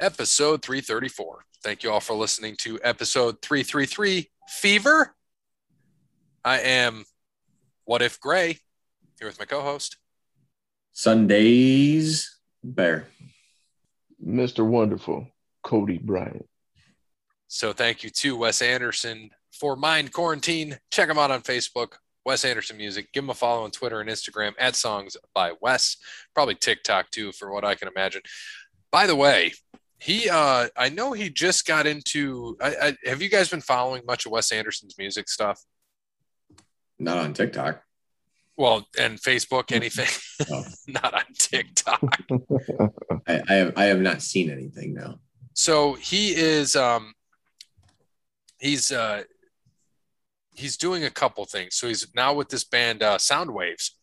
episode 334. Thank you all for listening to episode 333 Fever. I am What If Gray here with my co host. Sundays Bear. Mr. Wonderful, Cody Bryant. So thank you to Wes Anderson for Mind Quarantine. Check him out on Facebook, Wes Anderson Music. Give him a follow on Twitter and Instagram at Songs by Wes. Probably TikTok too, for what I can imagine. By the way, he uh I know he just got into I, I have you guys been following much of Wes Anderson's music stuff? Not on TikTok. Well, and Facebook, anything No. not on TikTok. I, I have I have not seen anything now. So he is um he's uh he's doing a couple things. So he's now with this band uh Sound Waves.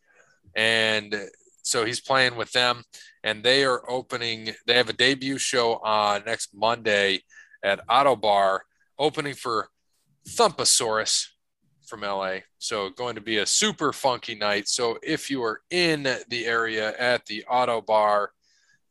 And so he's playing with them and they are opening they have a debut show on next Monday at Auto Bar opening for Thumpasaurus from LA. So going to be a super funky night. So if you are in the area at the Auto Bar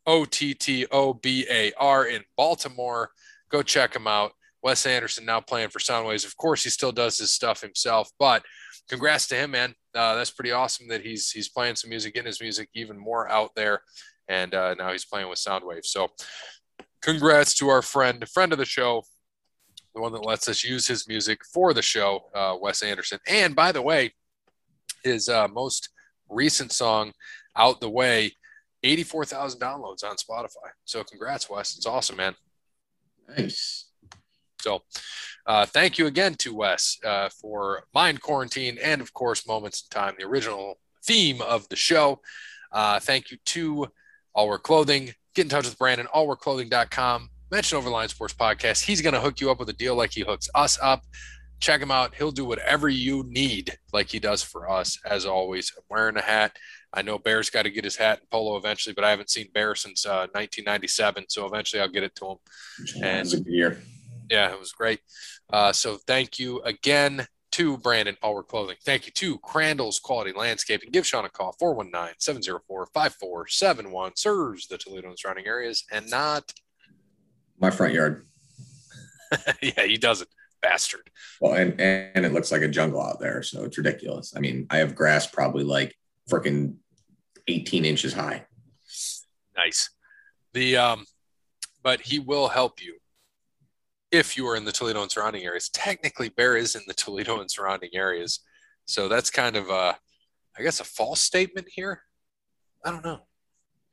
O T T O B A R in Baltimore. Go check him out. Wes Anderson now playing for Soundwaves. Of course, he still does his stuff himself, but congrats to him, man. Uh, that's pretty awesome that he's he's playing some music, getting his music even more out there, and uh, now he's playing with Soundwave. So, congrats to our friend, friend of the show, the one that lets us use his music for the show, uh, Wes Anderson. And by the way, his uh, most recent song, "Out the Way," 84,000 downloads on Spotify. So congrats, Wes. It's awesome, man. Nice. So uh, thank you again to Wes uh, for Mind Quarantine and, of course, Moments in Time, the original theme of the show. Uh, thank you to All Work Clothing. Get in touch with Brandon, allworkclothing.com. Mention Overline Sports Podcast. He's going to hook you up with a deal like he hooks us up. Check him out. He'll do whatever you need, like he does for us, as always. I'm wearing a hat. I know Bear's got to get his hat and polo eventually, but I haven't seen Bear since uh, 1997. So eventually I'll get it to him. That was a good year. Yeah, it was great. Uh, so thank you again to Brandon Allwork Clothing. Thank you to Crandall's Quality Landscaping. Give Sean a call, 419-704-5471. Serves the Toledo and surrounding areas and not, My front yard. yeah, he doesn't, bastard. Well, and and it looks like a jungle out there, so it's ridiculous. I mean, I have grass probably like freaking 18 inches high. Nice. The um, But he will help you if you are in the Toledo and surrounding areas. Technically, Bear is in the Toledo and surrounding areas. So that's kind of, a, I guess, a false statement here. I don't know.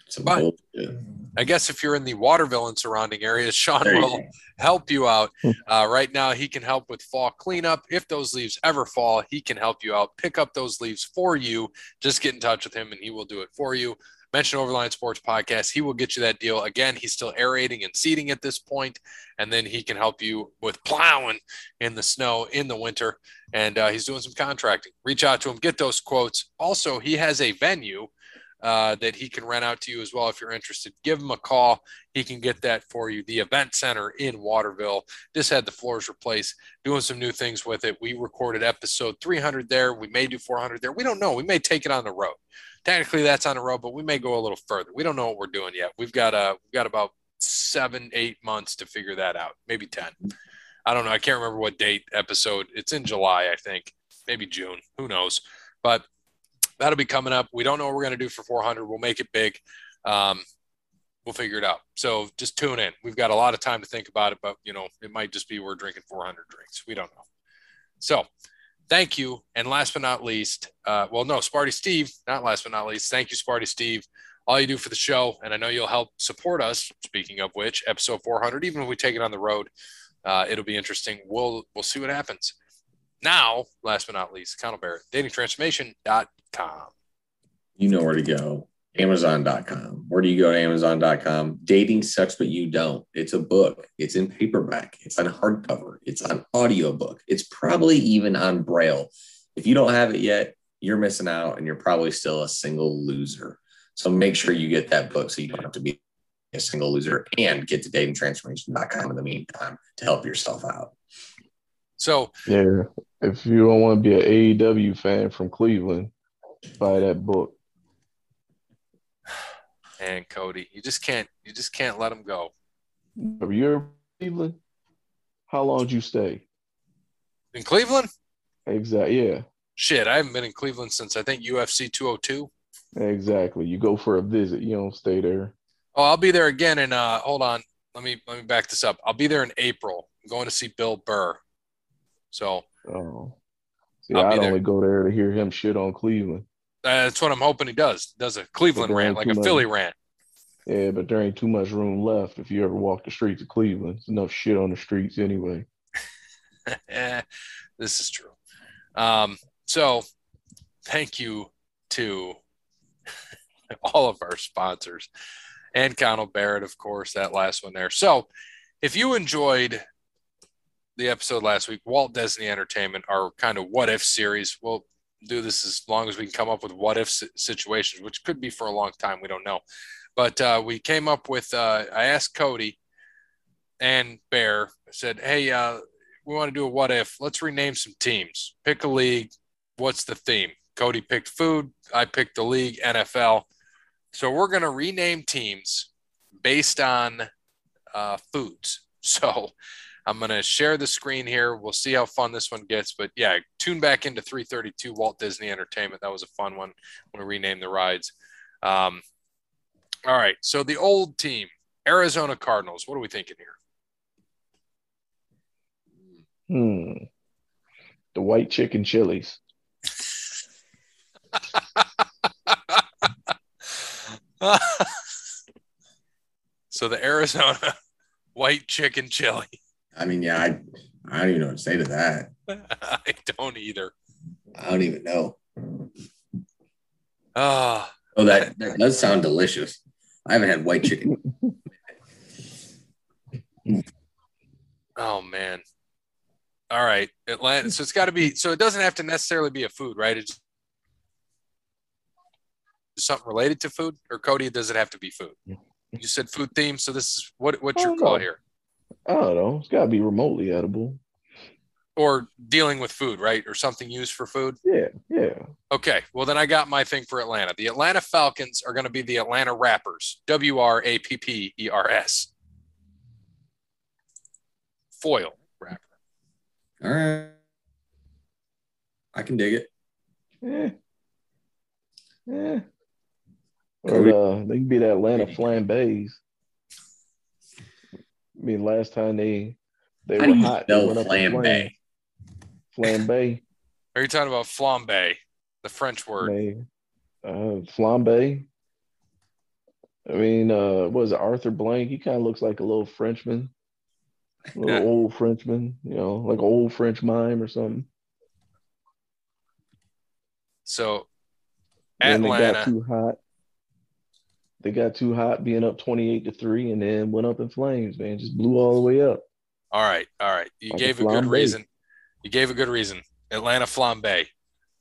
Some But- bullshit. I guess if you're in the Waterville and surrounding areas, Sean There you will go. help you out. Uh, right now, he can help with fall cleanup. If those leaves ever fall, he can help you out. Pick up those leaves for you. Just get in touch with him and he will do it for you. Mention Overline Sports Podcast. He will get you that deal. Again, he's still aerating and seeding at this point, and then he can help you with plowing in the snow in the winter. And uh, he's doing some contracting. Reach out to him, get those quotes. Also, he has a venue uh, that he can rent out to you as well if you're interested. Give him a call. He can get that for you. The event center in Waterville just had the floors replaced, doing some new things with it. We recorded episode 300 there. We may do 400 there. We don't know. We may take it on the road. Technically, that's on the road, but we may go a little further. We don't know what we're doing yet. We've got uh, we've got about seven, eight months to figure that out. Maybe ten. I don't know. I can't remember what date episode. It's in July, I think. Maybe June. Who knows? But that'll be coming up. We don't know what we're going to do for 400. We'll make it big. Um, we'll figure it out. So just tune in. We've got a lot of time to think about it, but you know, it might just be we're drinking 400 drinks. We don't know. So thank you. And last but not least, uh, well, no, Sparty Steve, not last but not least. Thank you, Sparty Steve. All you do for the show, and I know you'll help support us. Speaking of which, episode 400, even if we take it on the road, uh, it'll be interesting. We'll we'll see what happens. Now, last but not least, Connell Barrett, datingtransformation.com. You know where to go. Amazon.com. Where do you go to Amazon.com? Dating sucks, but you don't. It's a book. It's in paperback. It's on hardcover. It's on audiobook. It's probably even on braille. If you don't have it yet, you're missing out and you're probably still a single loser. So make sure you get that book so you don't have to be a single loser and get to datingtransformation.com in the meantime to help yourself out. So Yeah. If you don't want to be an AEW fan from Cleveland, buy that book. and Cody, you just can't you just can't let him go. Have you ever Cleveland? How long did you stay? In Cleveland? Exactly. Yeah. Shit, I haven't been in Cleveland since I think UFC 202. Exactly. You go for a visit. You don't stay there. Oh, I'll be there again in uh hold on. Let me let me back this up. I'll be there in April. I'm going to see Bill Burr. So Oh. See, I'll be I'd there. only go there to hear him shit on Cleveland. uh, that's what I'm hoping he does. Does a Cleveland But there rant, ain't like too a much. Philly rant. Yeah, but there ain't too much room left if you ever walk the streets of Cleveland. There's enough shit on the streets anyway. Eh, this is true. Um, so thank you to all of our sponsors and Connell Barrett, of course, that last one there. So if you enjoyed the episode last week, Walt Disney Entertainment, our kind of what if series, we'll do this as long as we can come up with what if si- situations, which could be for a long time. We don't know. But uh, we came up with, uh, I asked Cody and Bear, I said, hey, uh, we want to do a what if. Let's rename some teams. Pick a league. What's the theme? Cody picked food. I picked the league, NFL. So we're going to rename teams based on uh, foods. So I'm going to share the screen here. We'll see how fun this one gets. But yeah, tune back into 332 Walt Disney Entertainment. That was a fun one. We renamed the rides. Um, all right. So the old team, Arizona Cardinals. What are we thinking here? Hmm. The white chicken chilies. so the Arizona white chicken chili. I mean, yeah, I, I don't even know what to say to that. I don't either. I don't even know. Ah, Oh, that, that does sound delicious. I haven't had white chicken. oh man. All right, Atlanta. So it's got to be. So it doesn't have to necessarily be a food, right? It's something related to food, or Cody, does it have to be food? You said food theme, so this is what what's your Oh, call no. here? I don't know. It's got to be remotely edible. Or dealing with food, right? Or something used for food. Yeah, yeah. Okay, well then I got my thing for Atlanta. The Atlanta Falcons are going to be the Atlanta Rappers. W R A P P E R S. Foil rapper. All right. I can dig it. Yeah. Yeah. Cody- Or uh, they can be the Atlanta flambés. I mean, last time they they How were do you hot. they spell went up in flambe? flames. Flambe. Are you talking about flambe, the French word? They, uh, flambe. I mean, uh, what is it Arthur Blank? He kind of looks like a little Frenchman, a little Yeah. old Frenchman. You know, like an old French mime or something. So And they Atlanta. got too hot. They got too hot being up 28 to 3 and then went up in flames, man. Just blew all the way up. All right, all right. You Like a gave a good flambe. reason. You gave a good reason. Atlanta flambe.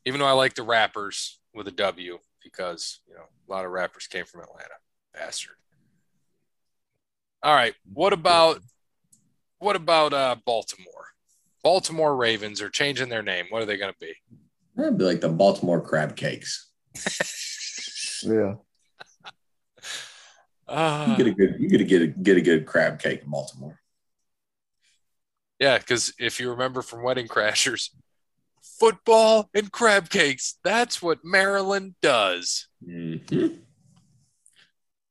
Even though I like the rappers with a W because you know a lot of rappers came from Atlanta. Bastard. All right. What about what about uh, Baltimore? Baltimore Ravens are changing their name. What are they going to be? That'd be like the Baltimore crab cakes. Yeah. You Uh, get a good, you get a get a get a good crab cake in Baltimore. yeah, because if you remember from Wedding Crashers, football and crab cakes—that's what Maryland does. Mhm.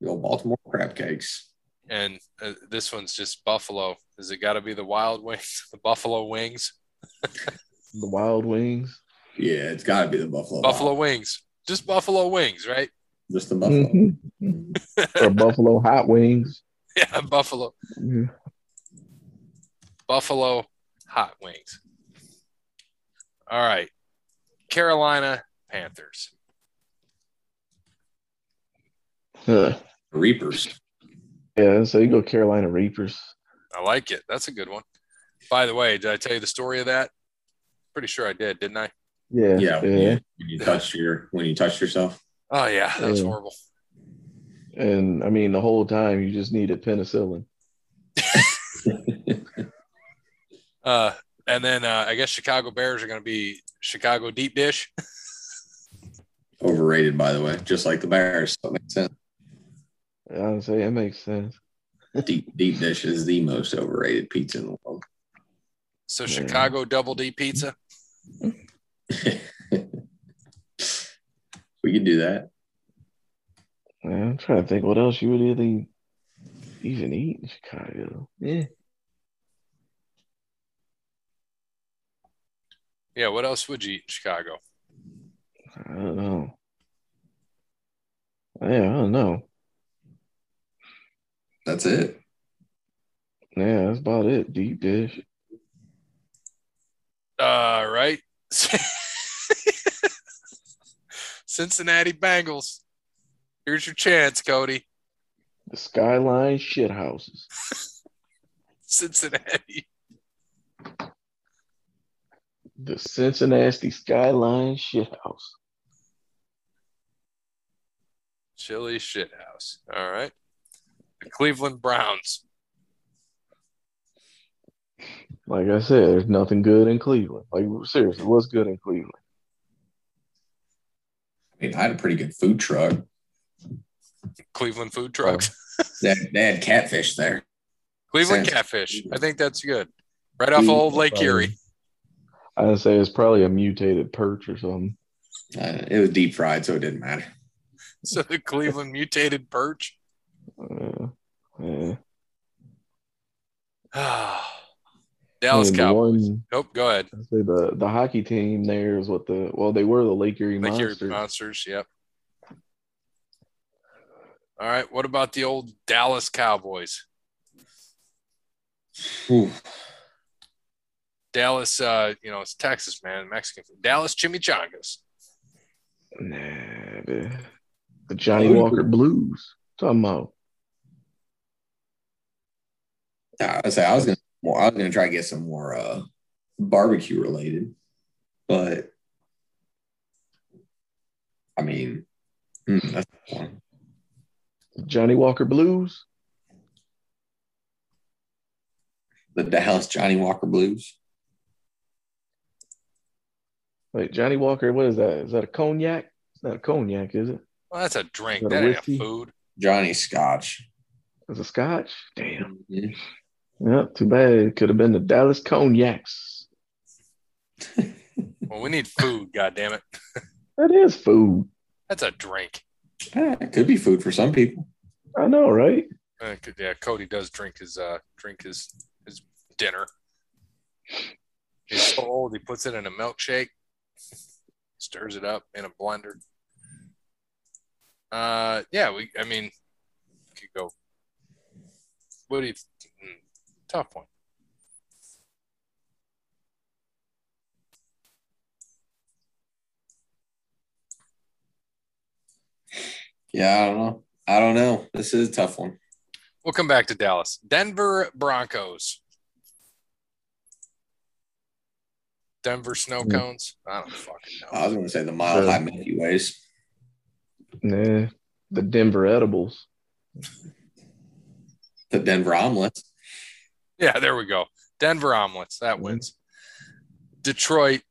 The old Baltimore crab cakes. and uh, this one's just buffalo. Is it got to be the wild wings, the buffalo wings, The Wild Wings. Yeah, it's got to be the Buffalo. buffalo wings, just buffalo wings, right? just the Buffalo. Mm-hmm. or Buffalo Hot Wings. Yeah, buffalo, Yeah. buffalo hot wings. All right, Carolina Panthers. yeah. Reapers. So you go Carolina Reapers. I like it. That's a good one. By the way, did I tell you the story of that? Pretty sure I did, didn't I? Yeah. Yeah, when Yeah. you, when you touch your when you touch yourself. Oh yeah, that was Yeah. horrible. And I mean, the whole time you just needed penicillin. Uh, and then uh, I guess Chicago Bears are going to be Chicago deep dish. Overrated, by the way, just like the Bears. So it makes sense. Honestly, that makes sense. deep deep dish is the most overrated pizza in the world. So Yeah. Chicago Double D Pizza. we can do that. Yeah, I'm trying to think what else you would really even eat in Chicago. Yeah. Yeah, what else would you eat in Chicago? I don't know. Yeah, I don't know. That's it. Yeah, that's about it. Deep dish. All Uh, right. Cincinnati Bengals. Here's your chance, Cody. The skyline shit houses. Cincinnati. The Cincinnati skyline shit house. Chili shithouse. All right. The Cleveland Browns. Like I said, there's nothing good in Cleveland. Like seriously, what's good in Cleveland? I mean, I had a pretty good food truck. Cleveland food trucks. They had, they had catfish there. Cleveland Sounds- catfish. I think that's good. Right off of old Lake Erie. I'd say it's probably a mutated perch or something. Uh, it was deep fried, so it didn't matter. So the Cleveland mutated perch. Uh, yeah. Dallas And the Cowboys. one- Nope. Go ahead. I'd say the the hockey team there is what the well they were the Lake Erie Lake Erie Monsters. Monsters. Yep. All right. What about the old Dallas Cowboys? Whew. Dallas, uh, you know, it's Texas, man. Mexican food. Dallas chimichangas. Nah, the, the Johnny Ooh. Walker Blues. Talking about Uh, I was, I was gonna well, I was gonna try to get some more uh, barbecue related, but I mean, hmm, that's a tough one. Johnny Walker Blues. the Dallas Johnny Walker Blues. Like Johnny Walker, what is that? Is that a cognac? It's not a cognac, is it? Well, that's a drink. Is That that a ain't a whiskey? food. Johnny Scotch. It's a Scotch. Damn. Mhm. Yep. Too bad. It could have been the Dallas Cognacs. Well, we need food. God damn it. That is food. That's a drink. Ah, it could be food for some people. I know, right? Uh, c- yeah, Cody does drink his uh, drink his his dinner. He's so old, he puts it in a milkshake, stirs it up in a blender. Uh, yeah, we. I mean, could go. What do you? mm, Tough one. Yeah, I don't know. I don't know. This is a tough one. We'll come back to Dallas. Denver Broncos. Denver snow Hmm. cones. I don't fucking know. I was gonna say the Mile High Milky Ways. Nah. The Denver edibles. the Denver omelets. Yeah, there we go. Denver omelets. That Mhm. wins. Detroit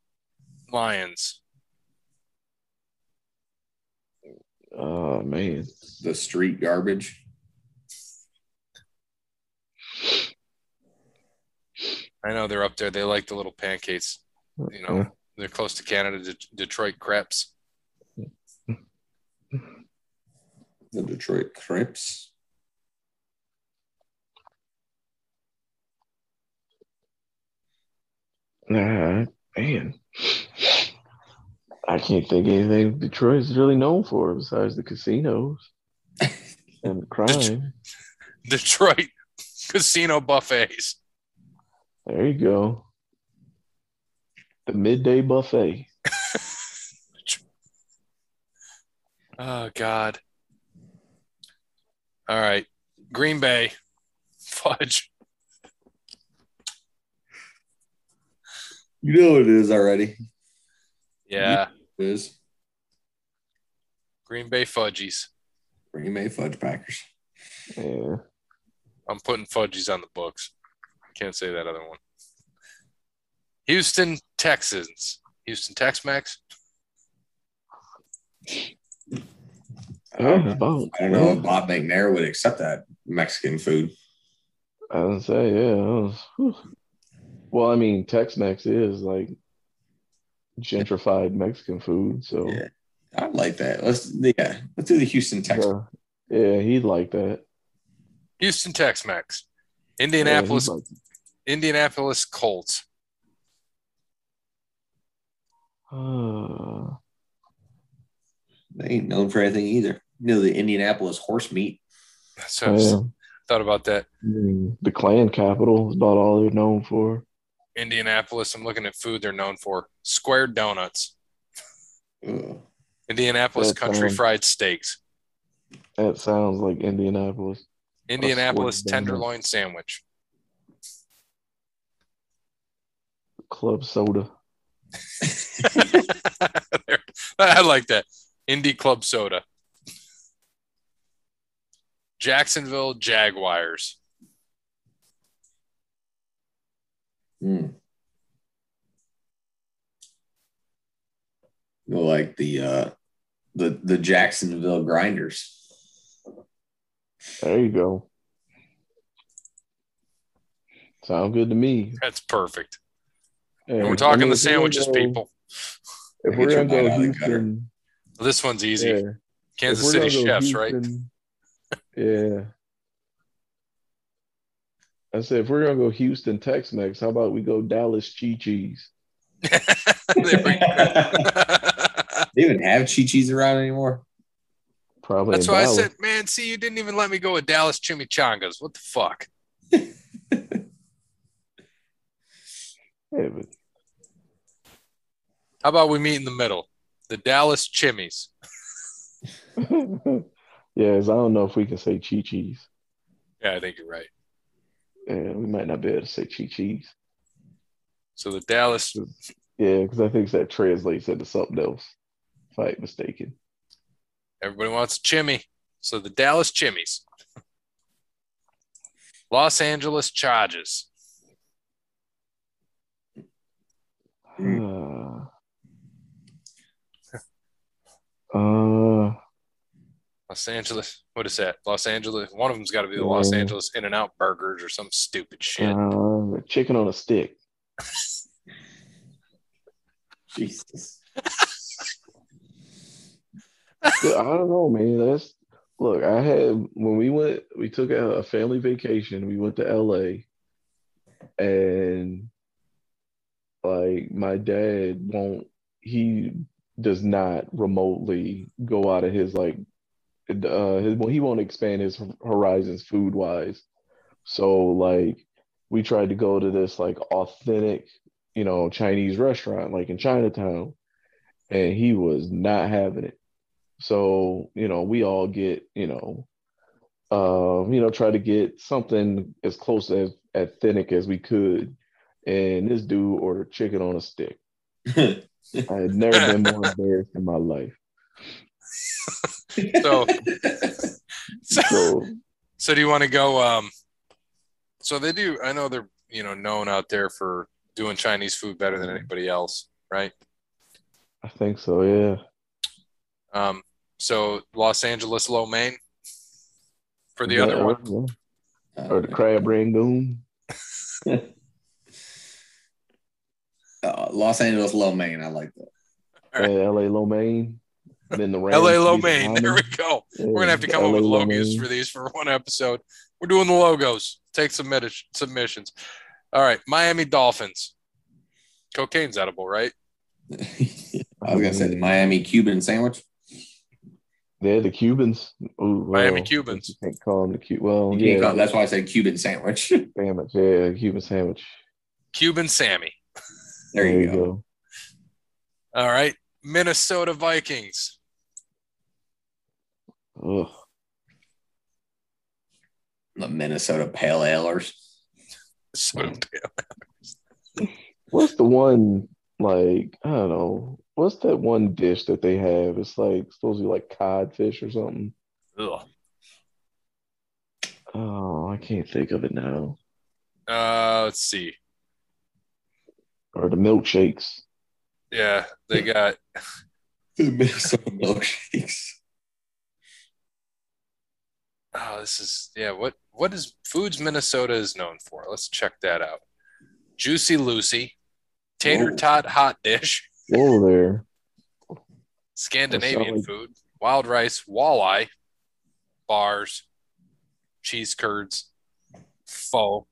Lions. Oh man. the street garbage. I know they're up there. They like the little pancakes. You know, they're close to Canada. De- Detroit crepes. The Detroit Crips. Nah, man. I can't think of anything Detroit is really known for besides the casinos and the crime. Detroit casino buffets. There you go. The midday buffet. Oh God. All right. Green Bay. Fudge. You know what it is already. Yeah. It is Green Bay fudgies. Green Bay Fudge Packers. Yeah. I'm putting fudgies on the books. Can't say that other one. Houston Texans. Houston Tex Mex. I don't That's know. about- I don't know if Bob McNair would accept that Mexican food. I would say, yeah. That was, whew. well, I mean, Tex Mex is like gentrified Mexican food. So Yeah. I like that. Let's yeah, let's do the Houston Texans. uh, yeah, he'd like that. Houston Tex Mex, Yeah, he'd Indianapolis, like that. Indianapolis Colts. Uh, They ain't known for anything either. You know the Indianapolis horse meat. So I just yeah. thought about that. I mean, the Klan capital is about all they're known for. Indianapolis. I'm looking at food they're known for: squared donuts, Ugh. Indianapolis That country sounds- fried steaks, That sounds like Indianapolis. Indianapolis squared donut. tenderloin sandwich. Club soda. There. I like that. Indie Club Soda. Jacksonville Jaguars. Hmm. You like the uh the the Jacksonville grinders. There you go. Sound good to me. That's perfect. Hey, And I we're talking mean, the if we're sandwiches, gonna go- people. If Get we're your gonna mind go out of the gutter. Houston, This one's easy. yeah. Kansas If City we're gonna go chefs, right? Houston- Yeah. I said, if we're gonna go Houston Tex Mex, how about we go Dallas Chi Cheese? There we go. They even have Chi Chi's around anymore. Probably. That's in why I Dallas. said, man, see, you didn't even let me go with Dallas Chimichangas. What the fuck? Yeah, but How about we meet in the middle? The Dallas Chimmies. yes, I don't know if we can say Chi Cheese. Yeah, I think you're right. Yeah, we might not be able to say Chi Cheese. So the Dallas Yeah, because I think that translates into something else, if I ain't mistaken. Everybody wants a chimmy. So the Dallas Chimmies. Los Angeles Charges. Mm. Uh, uh, Los Angeles. What is that? Los Angeles. One of them's got to be the Los Yeah. Angeles In and Out Burgers or some stupid shit. uh, chicken on a stick. Jesus. Dude, I don't know, man. That's look. I had when we went, we took a, a family vacation. We went to L.A. and like my dad won't. He does not remotely go out of his like. Uh, his, well, he won't expand his horizons food wise. So like, we tried to go to this like authentic, you know, Chinese restaurant like in Chinatown, and he was not having it. So, you know, we all get, you know, um, you know, try to get something as close as authentic as we could. And this dude ordered chicken on a stick. I had never been more embarrassed in my life. So, so, So so do you want to go? Um, so they do. I know they're you know known out there for doing Chinese food better Mm-hmm. than anybody else, right? I think so, yeah. Um, so Los Angeles Lo Mein for the other Yeah, one. Or the crab rangoon. Uh, Los Angeles low main. I like that. All right. uh, LA Lo Mein. and Then the LA Rams Lo beat the Mein. There we Diamonds. go. Yeah, We're gonna have to come LA up with Lo logos Mein. for these for one episode. We're doing the logos. Take submit- submissions. All right, Miami Dolphins. Cocaine's edible, right? I was gonna say the Miami Cuban sandwich. They're the Cubans. Ooh, Miami well, Cubans. You can't call them the Cu- Well, You yeah, can't call- that's why I said Cuban sandwich. sandwich. Yeah, Cuban sandwich. Cuban Sammy. There you go. All right, Minnesota Vikings. Ugh. The Minnesota Pale Alers. So, What's the one like? I don't know. What's that one dish that they have? It's like supposed to be like codfish or something. ugh. Oh, I can't think of it now. Uh, let's see. Or the milkshakes. Yeah, they got The Minnesota milkshakes. oh, this is yeah. What what is Foods Minnesota is known for? Let's check that out. Juicy Lucy, tater Whoa. tot hot dish, Whoa there. Scandinavian like- food, wild rice, walleye, bars, cheese curds, pho,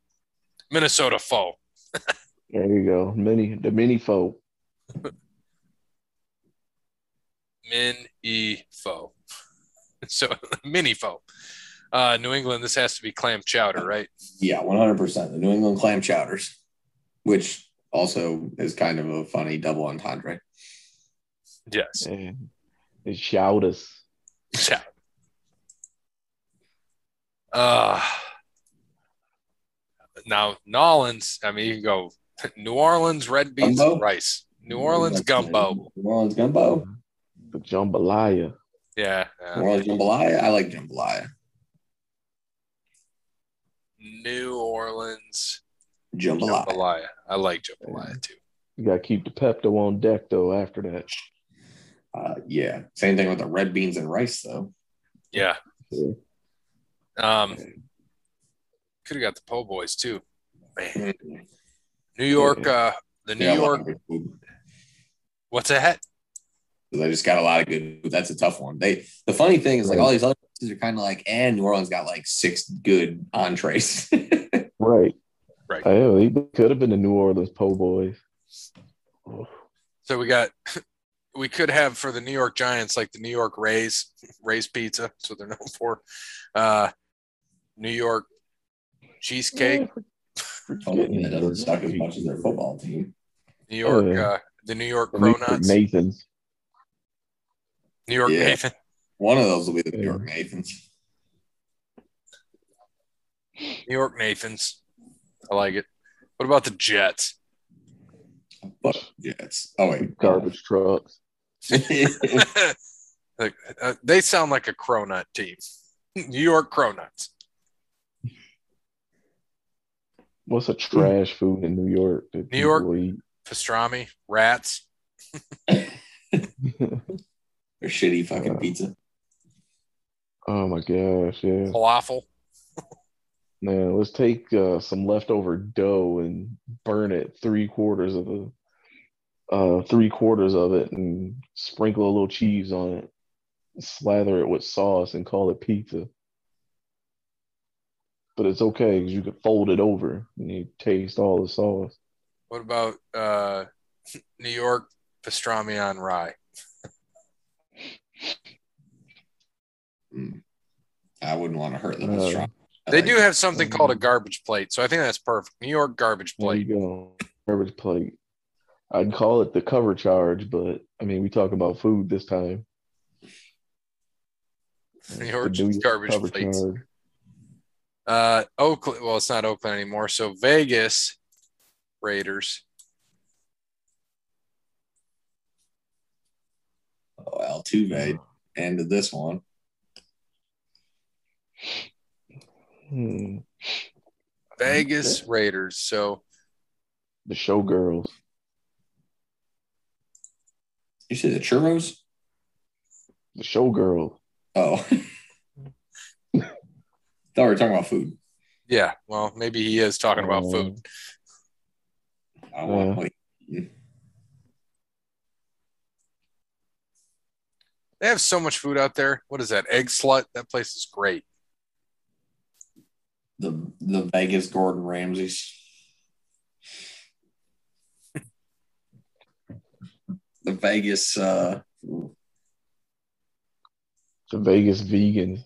Minnesota pho. There you go. Mini the mini folk. Min e foe. So mini foe. Uh, New England, this has to be clam chowder, right? Yeah, 100%. The New England clam chowders, which also is kind of a funny double entendre. Yes. And it shout us. Chowder. Uh, now, Nolans, I mean, you can go New Orleans red beans Gumbo? and rice. New Orleans gumbo. New Orleans gumbo. The jambalaya. Yeah. New yeah. Orleans jambalaya. I like jambalaya. New Orleans Jambalaya. jambalaya. I like jambalaya too. You gotta keep the Pepto on deck though after that. Uh, yeah. Same thing with the red beans and rice, though. Yeah. Um, could have got the po' boys too. Man. Mm. New York, uh, the Mm-hmm. New Yeah, I York. love good food. What's that? 'Cause I just got a lot of good food. That's a tough one. They the funny thing is like all these other places are kind of like, and New Orleans got like six good entrees. Right. Right. Oh, he could have been the New Orleans po' boys. So we got. We could have for the New York Giants like the New York Rays, Rays pizza. So they're known for uh, New York cheesecake, Totally, that doesn't suck as much as their football team. New York, yeah. uh, the New York And we put Cronuts, Nathan's. New York Yeah. Nathan. One of those will be the New York Nathans. New York Nathans. I like it. What about the Jets? But Jets. Oh wait, Garbage trucks. like, uh, they sound like a cronut team. New York Cronuts. What's a trash food in New York? that Hmm. New York- people eat? Pastrami, rats. Or shitty fucking pizza. Oh my gosh, yeah. falafel. Now let's take uh, some leftover dough and burn it three quarters of the uh, three quarters of it and sprinkle a little cheese on it, slather it with sauce and call it pizza. But it's okay because you can fold it over and you taste all the sauce. What about uh, New York pastrami on rye? Mm. I wouldn't want to hurt them. No. strong. I They like- do have something called a garbage plate, so I think that's perfect. New York garbage Mm. There you plate. go. Garbage plate. I'd call it the cover charge, but I mean we talk about food this time. New The York New York garbage cover plate. charge. Uh, Oakland. Well, it's not Oakland anymore. So Vegas Raiders. Oh, Altuve ended this one. Hmm. Vegas Raiders. So The showgirls. You see the churros? The showgirl. Oh. Thought we were talking about food. yeah. Well, maybe he is talking Um, about Oh. food. I don't want Yeah. like, They have so much food out there. What is that? Egg slut. That place is great. the the Vegas Gordon Ramsays. the Vegas uh The Vegas vegans.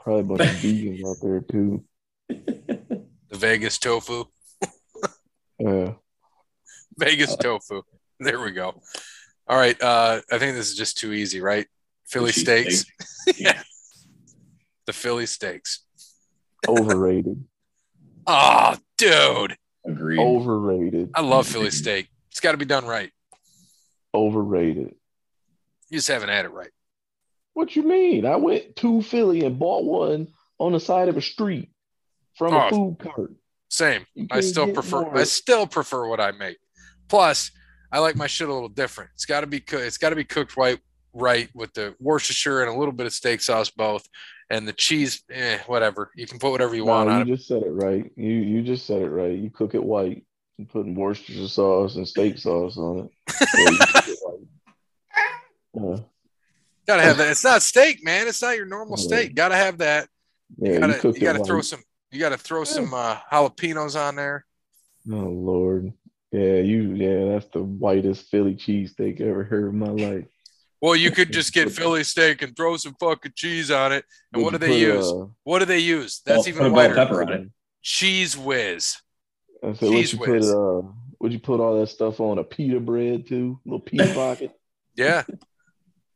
Probably a bunch of vegans out there too. The Vegas tofu. Yeah. Vegas tofu. There we go. All right. Uh, I think this is just too easy, right? Philly cheese steaks. steak. yeah. the Philly steaks. Overrated. Oh, dude. Agreed. Oh. Overrated. I love Philly steak. It's got to be done right. Overrated. You just haven't had it right. What you mean? I went to Philly and bought one on the side of a street from Oh. a food cart. Same. You I can't still get prefer more. I still prefer what I make. Plus, I like my shit a little different. It's got to be coo- it's got to be cooked right right with the Worcestershire and a little bit of steak sauce both. and the cheese, eh, whatever. You can put whatever you No, want on it. you just said it right. You you just said it right. You cook it white, you putting Worcestershire sauce and steak sauce on it. Yeah, you cook it white. Uh, Yeah, Gotta have that. It's not steak, man. It's not your normal Yeah. steak. Gotta have that. yeah, You you gotta, you cook it gotta white. throw some. You gotta throw some uh, jalapenos on there. Oh Lord. Yeah, you yeah, that's the whitest Philly cheesesteak I ever heard in my life. Well, you could just get Philly steak and throw some fucking cheese on it. And what do Would they you put, use? uh, What do they use? That's Oh, even put a bell whiter. pepper on it. Cheese whiz. I said, would Cheese you whiz. put uh would you put all that stuff on a pita bread too? little pita pocket Yeah, with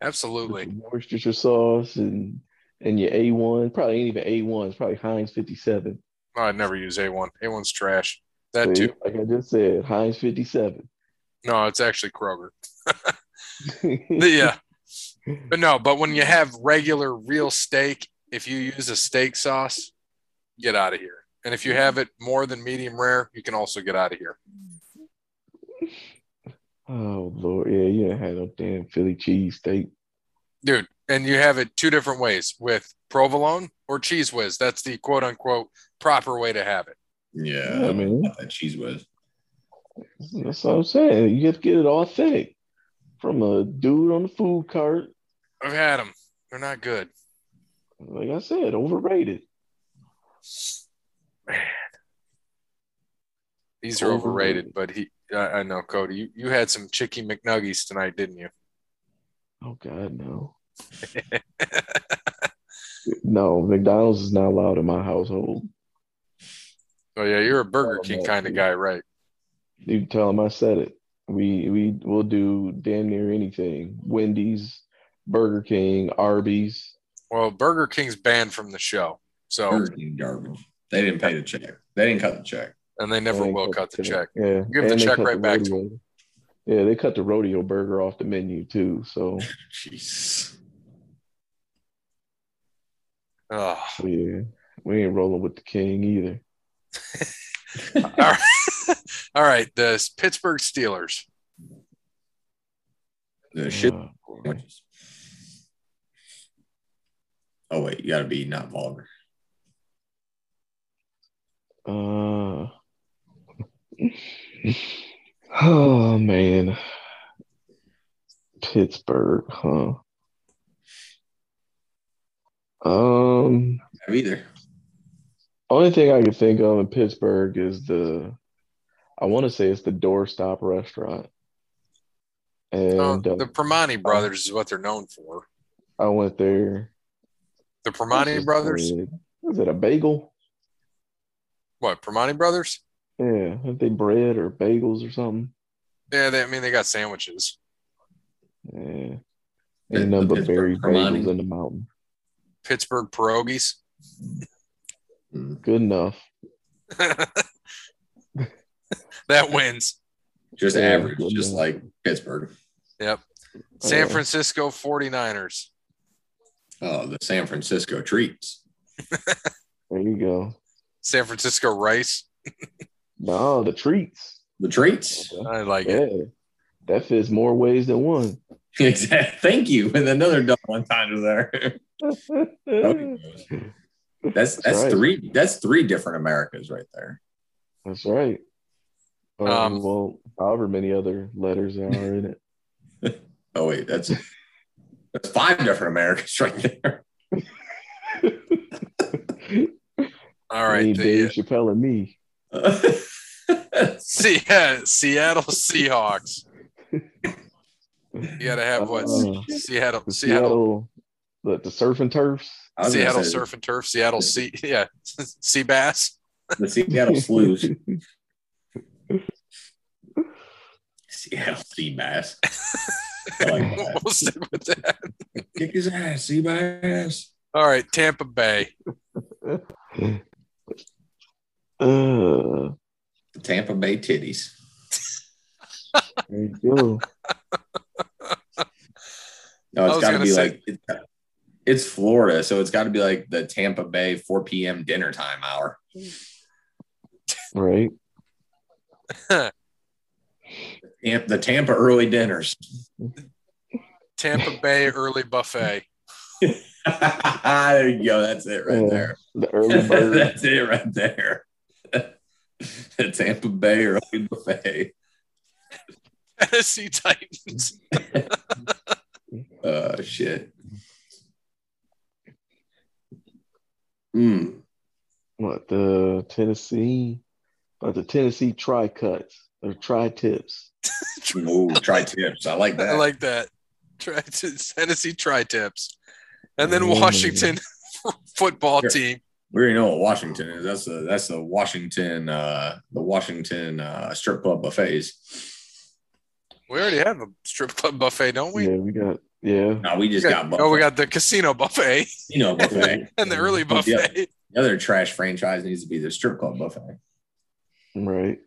absolutely. some Worcestershire sauce and and your A1, probably ain't even A1, it's probably Heinz 57. Oh, I'd never use A1. A1's trash. That See? too. Like I just said, Heinz 57. No, it's actually Kroger. yeah. But no, but when you have regular real steak, if you use a steak sauce, get out of here. And if you have it more than medium rare, you can also get out of here. Oh Lord, yeah, you done had no damn Philly cheesesteak. Dude, and you have it two different ways with provolone or cheese whiz. That's the quote unquote proper way to have it. Yeah, Yeah, man. that cheese was. That's what I'm saying. You have to get it authentic from a dude on the food cart. I've had them. They're not good. Like I said, overrated. These are overrated, but he, I, I know, Cody, you, you had some Chicky McNuggies tonight, didn't you? Oh God, no. no, McDonald's is not allowed in my household. Oh, yeah, you're a Burger Oh, King no, kind of dude. guy, right? You tell them I said it. We we will do damn near anything. Wendy's, Burger King, Arby's. Well, Burger King's banned from the show. So, Burger King garbage. They didn't pay the check. They didn't cut the check. and they never And they will cut the check. Yeah, Give the and they check cut right the back to rodeo- Yeah, they cut the rodeo burger off the menu too. So Jeez. Ugh. yeah, we ain't rolling with the king either. All right. All right. The Pittsburgh Steelers. The shit. Oh, boy. Oh wait, you gotta be not vulgar. Uh, oh man, Pittsburgh, huh? Um, Have either. only thing I could think of in Pittsburgh is the, I want to say it's the Doorstop Restaurant, Oh, and uh, the Primani brothers is what they're known for. I went there. The This Primani is brothers. good. Is it a bagel? What? Primani brothers? Yeah, aren't they bread or bagels or something? Yeah. They, I mean, they got sandwiches. Yeah, The- ain't nothing the but berry Pittsburgh Hermione. bagels in the mountain. Pittsburgh pierogies. Mm. Good enough. that wins. Just Yeah, average, good just man. like Pittsburgh. San Oh, Yeah. Francisco 49ers. Oh, the San Francisco treats. There you go. San Francisco Rice. No, the treats. The treats. I like it. Yeah. That fits more ways than one. Exact. Thank you. And another double entendre there. That's That's that's right. three that's three different Americas right there. right. Um, Um, well, however many other letters there are in it. Oh wait, that's that's five different Americas right there. All You right. need The, uh, Dave Chappelle and me. Se- yeah, Seattle Seahawks. You gotta have what? Uh, Seattle, Seattle, The Seattle, the, the surf and turfs. I was gonna Seattle say Surf and Turf, Seattle Sea, yeah, Sea Bass. The Seattle Slews. Seattle Sea Bass. I like that. We'll stick with that. Kick his ass, Sea Bass. All right, Tampa Bay. Uh, Tampa Bay titties. there you go. No, I it's was got to gonna be say- like it's, got- it's Florida, so it's got to be like the Tampa Bay 4 p.m. dinner time hour. Right. Tampa, the Tampa early dinners. Tampa Bay early buffet. there you go. That's it right Yeah, there. The early bird. That's it right there. the Tampa Bay or Open Buffet. Tennessee Titans. Oh shit. Mm. what the Tennessee? What the Tennessee tri cuts or tri tips? Ooh, try tips. I like that. I like that. Tri- Tennessee Tri Tips. And then Oh, man. Washington football Mm. Sure. team. we already know what Washington is. That's the that's the Washington uh the Washington uh strip club buffets. We already have a strip club buffet, don't we? yeah, we got yeah. No, we just got, oh, we got the casino buffet you know buffet. and the early Mm. Yeah. buffet. The other trash franchise needs to be the strip club buffet. Right.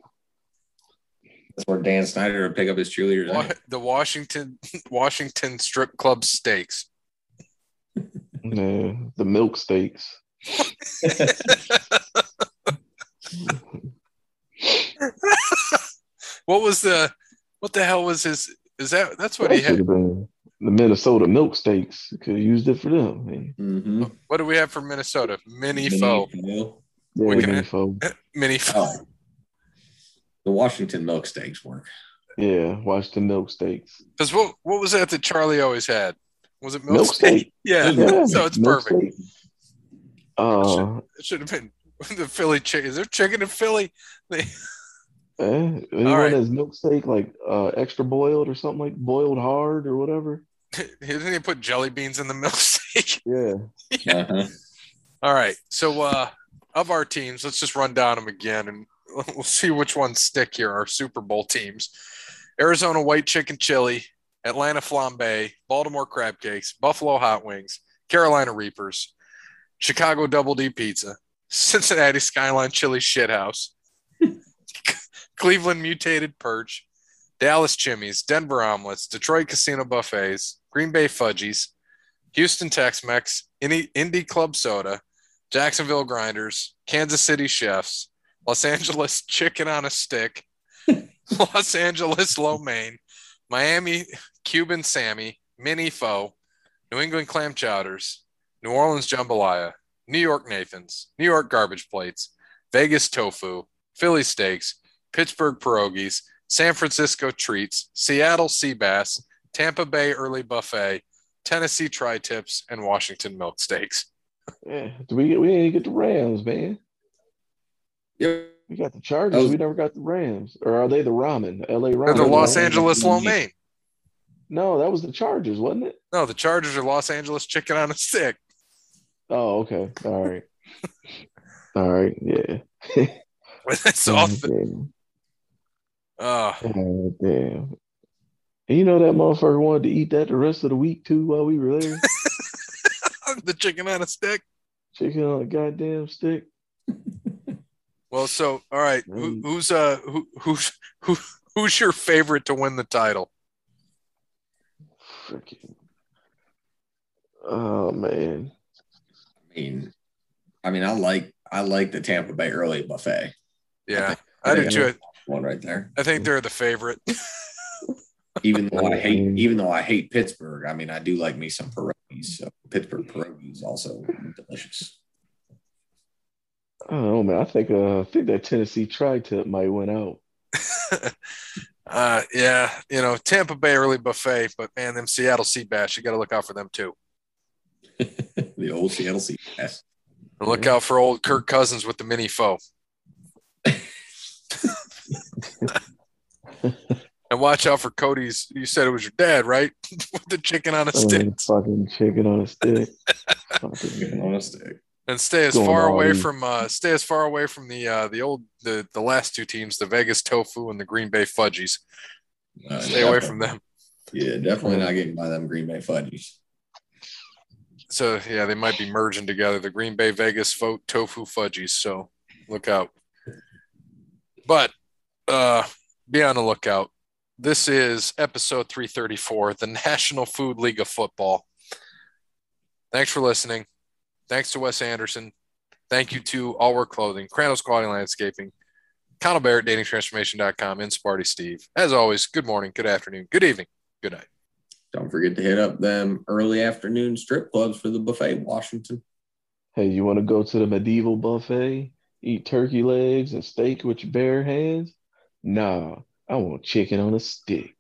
That's where Dan Snyder would pick up his cheerleaders. Wa- the Washington Washington strip club steaks. Yeah. The milk steaks. What was the what the hell was his is that that's what That he should had have been the Minnesota milk steaks. Could have used it for them. Man. Mm-hmm. what do we have for Minnesota? Mini foe. Yeah, We can- mini fo- Mini foe. Oh. The Washington milk steaks work. yeah. Watch the milk steaks. Because what what was that that Charlie always had? Was it milk, Milk steak? steak. Yeah. Yeah, So it's milk perfect. steak. Uh, It should have been the Philly chicken. Is there chicken in Philly? eh, anyone right. that's milk steak like uh, extra boiled or something like boiled hard or whatever. Didn't he put jelly beans in the milk steak? Yeah. Uh-huh. All right. So uh of our teams, let's just run down them again and we'll see which ones stick here. Our Super Bowl teams. Arizona White Chicken Chili, Atlanta Flambe, Baltimore Crab Cakes, Buffalo Hot Wings, Carolina Reapers, Chicago Double D Pizza, Cincinnati Skyline Chili Shithouse, Cleveland Mutated Perch, Dallas Chimneys, Denver Omelets, Detroit Casino Buffets, Green Bay Fudgies, Houston Tex Mex, Indy, Indy Club Soda, Jacksonville Grinders, Kansas City Chefs, Los Angeles Chicken on a Stick, Los Angeles Lo Mein, Miami Cuban Sammy, Mini Foe, New England Clam Chowders, New Orleans Jambalaya, New York Nathans, New York Garbage Plates, Vegas Tofu, Philly Steaks, Pittsburgh Pierogies, San Francisco Treats, Seattle Sea Bass, Tampa Bay Early Buffet, Tennessee Tri Tips, and Washington Milk Steaks. Yeah. Do we get we didn't get the Rams, man. Yep. We got the Chargers. That was- we never got the Rams. Or are they the ramen? LA Or ramen. the Los right? Angeles Lo Mein. No, that was the Chargers, wasn't it? No, the Chargers are Los Angeles Chicken on a Stick. Oh, okay. All right. All right. Yeah. That's off. Mm-hmm. Damn. Oh, God damn. And you know that motherfucker wanted to eat that the rest of the week too while we were there. the chicken on a stick. Chicken on a goddamn stick. Well, so all right, who, Mm. who's uh who, who's who, who's your favorite to win the title? Freaking. Oh man. I mean, I mean, I like I like the Tampa Bay early buffet Yeah, I I do think- too. one right there. I think they're the favorite. Even though I hate Mm. even though I hate Pittsburgh, I mean I do like me some pierogies. So Pittsburgh pierogies also delicious. I don't know, man. I think uh I think that Tennessee tri-tip might win out. Uh, yeah, you know Tampa Bay early buffet, but man, them Seattle Sea Bass, you got to look out for them too. the old Seattle Sea Bass. And look out for old Kirk Cousins with the mini foe. and watch out for Cody's. You said it was your dad, right? with the chicken on a I stick. mean, fucking chicken on a stick. Fucking- On a stick. and stay as Going far all away in. from uh, stay as far away from the uh, the old the the last two teams, the Vegas Tofu and the Green Bay Fudgies. Uh, Stay away definitely- from them. Yeah, definitely not getting by them Green Bay fudgies. So yeah, they might be merging together, the Green Bay Vegas fo- Tofu Fudgies. So look out. But uh, be on the lookout. This is episode 334, the National Food League of Football. Thanks for listening. Thanks to Wes Anderson. Thank you to All Work Clothing, Crandall's Quality Landscaping, Connell Barrett, datingtransformation.com, and Sparty Steve. As always, good morning, good afternoon, good evening, good night. Don't forget to hit up them early afternoon strip clubs for the buffet in Washington. Hey, you want to go to the medieval buffet, eat turkey legs and steak with your bare hands? Nah, I want chicken on a stick.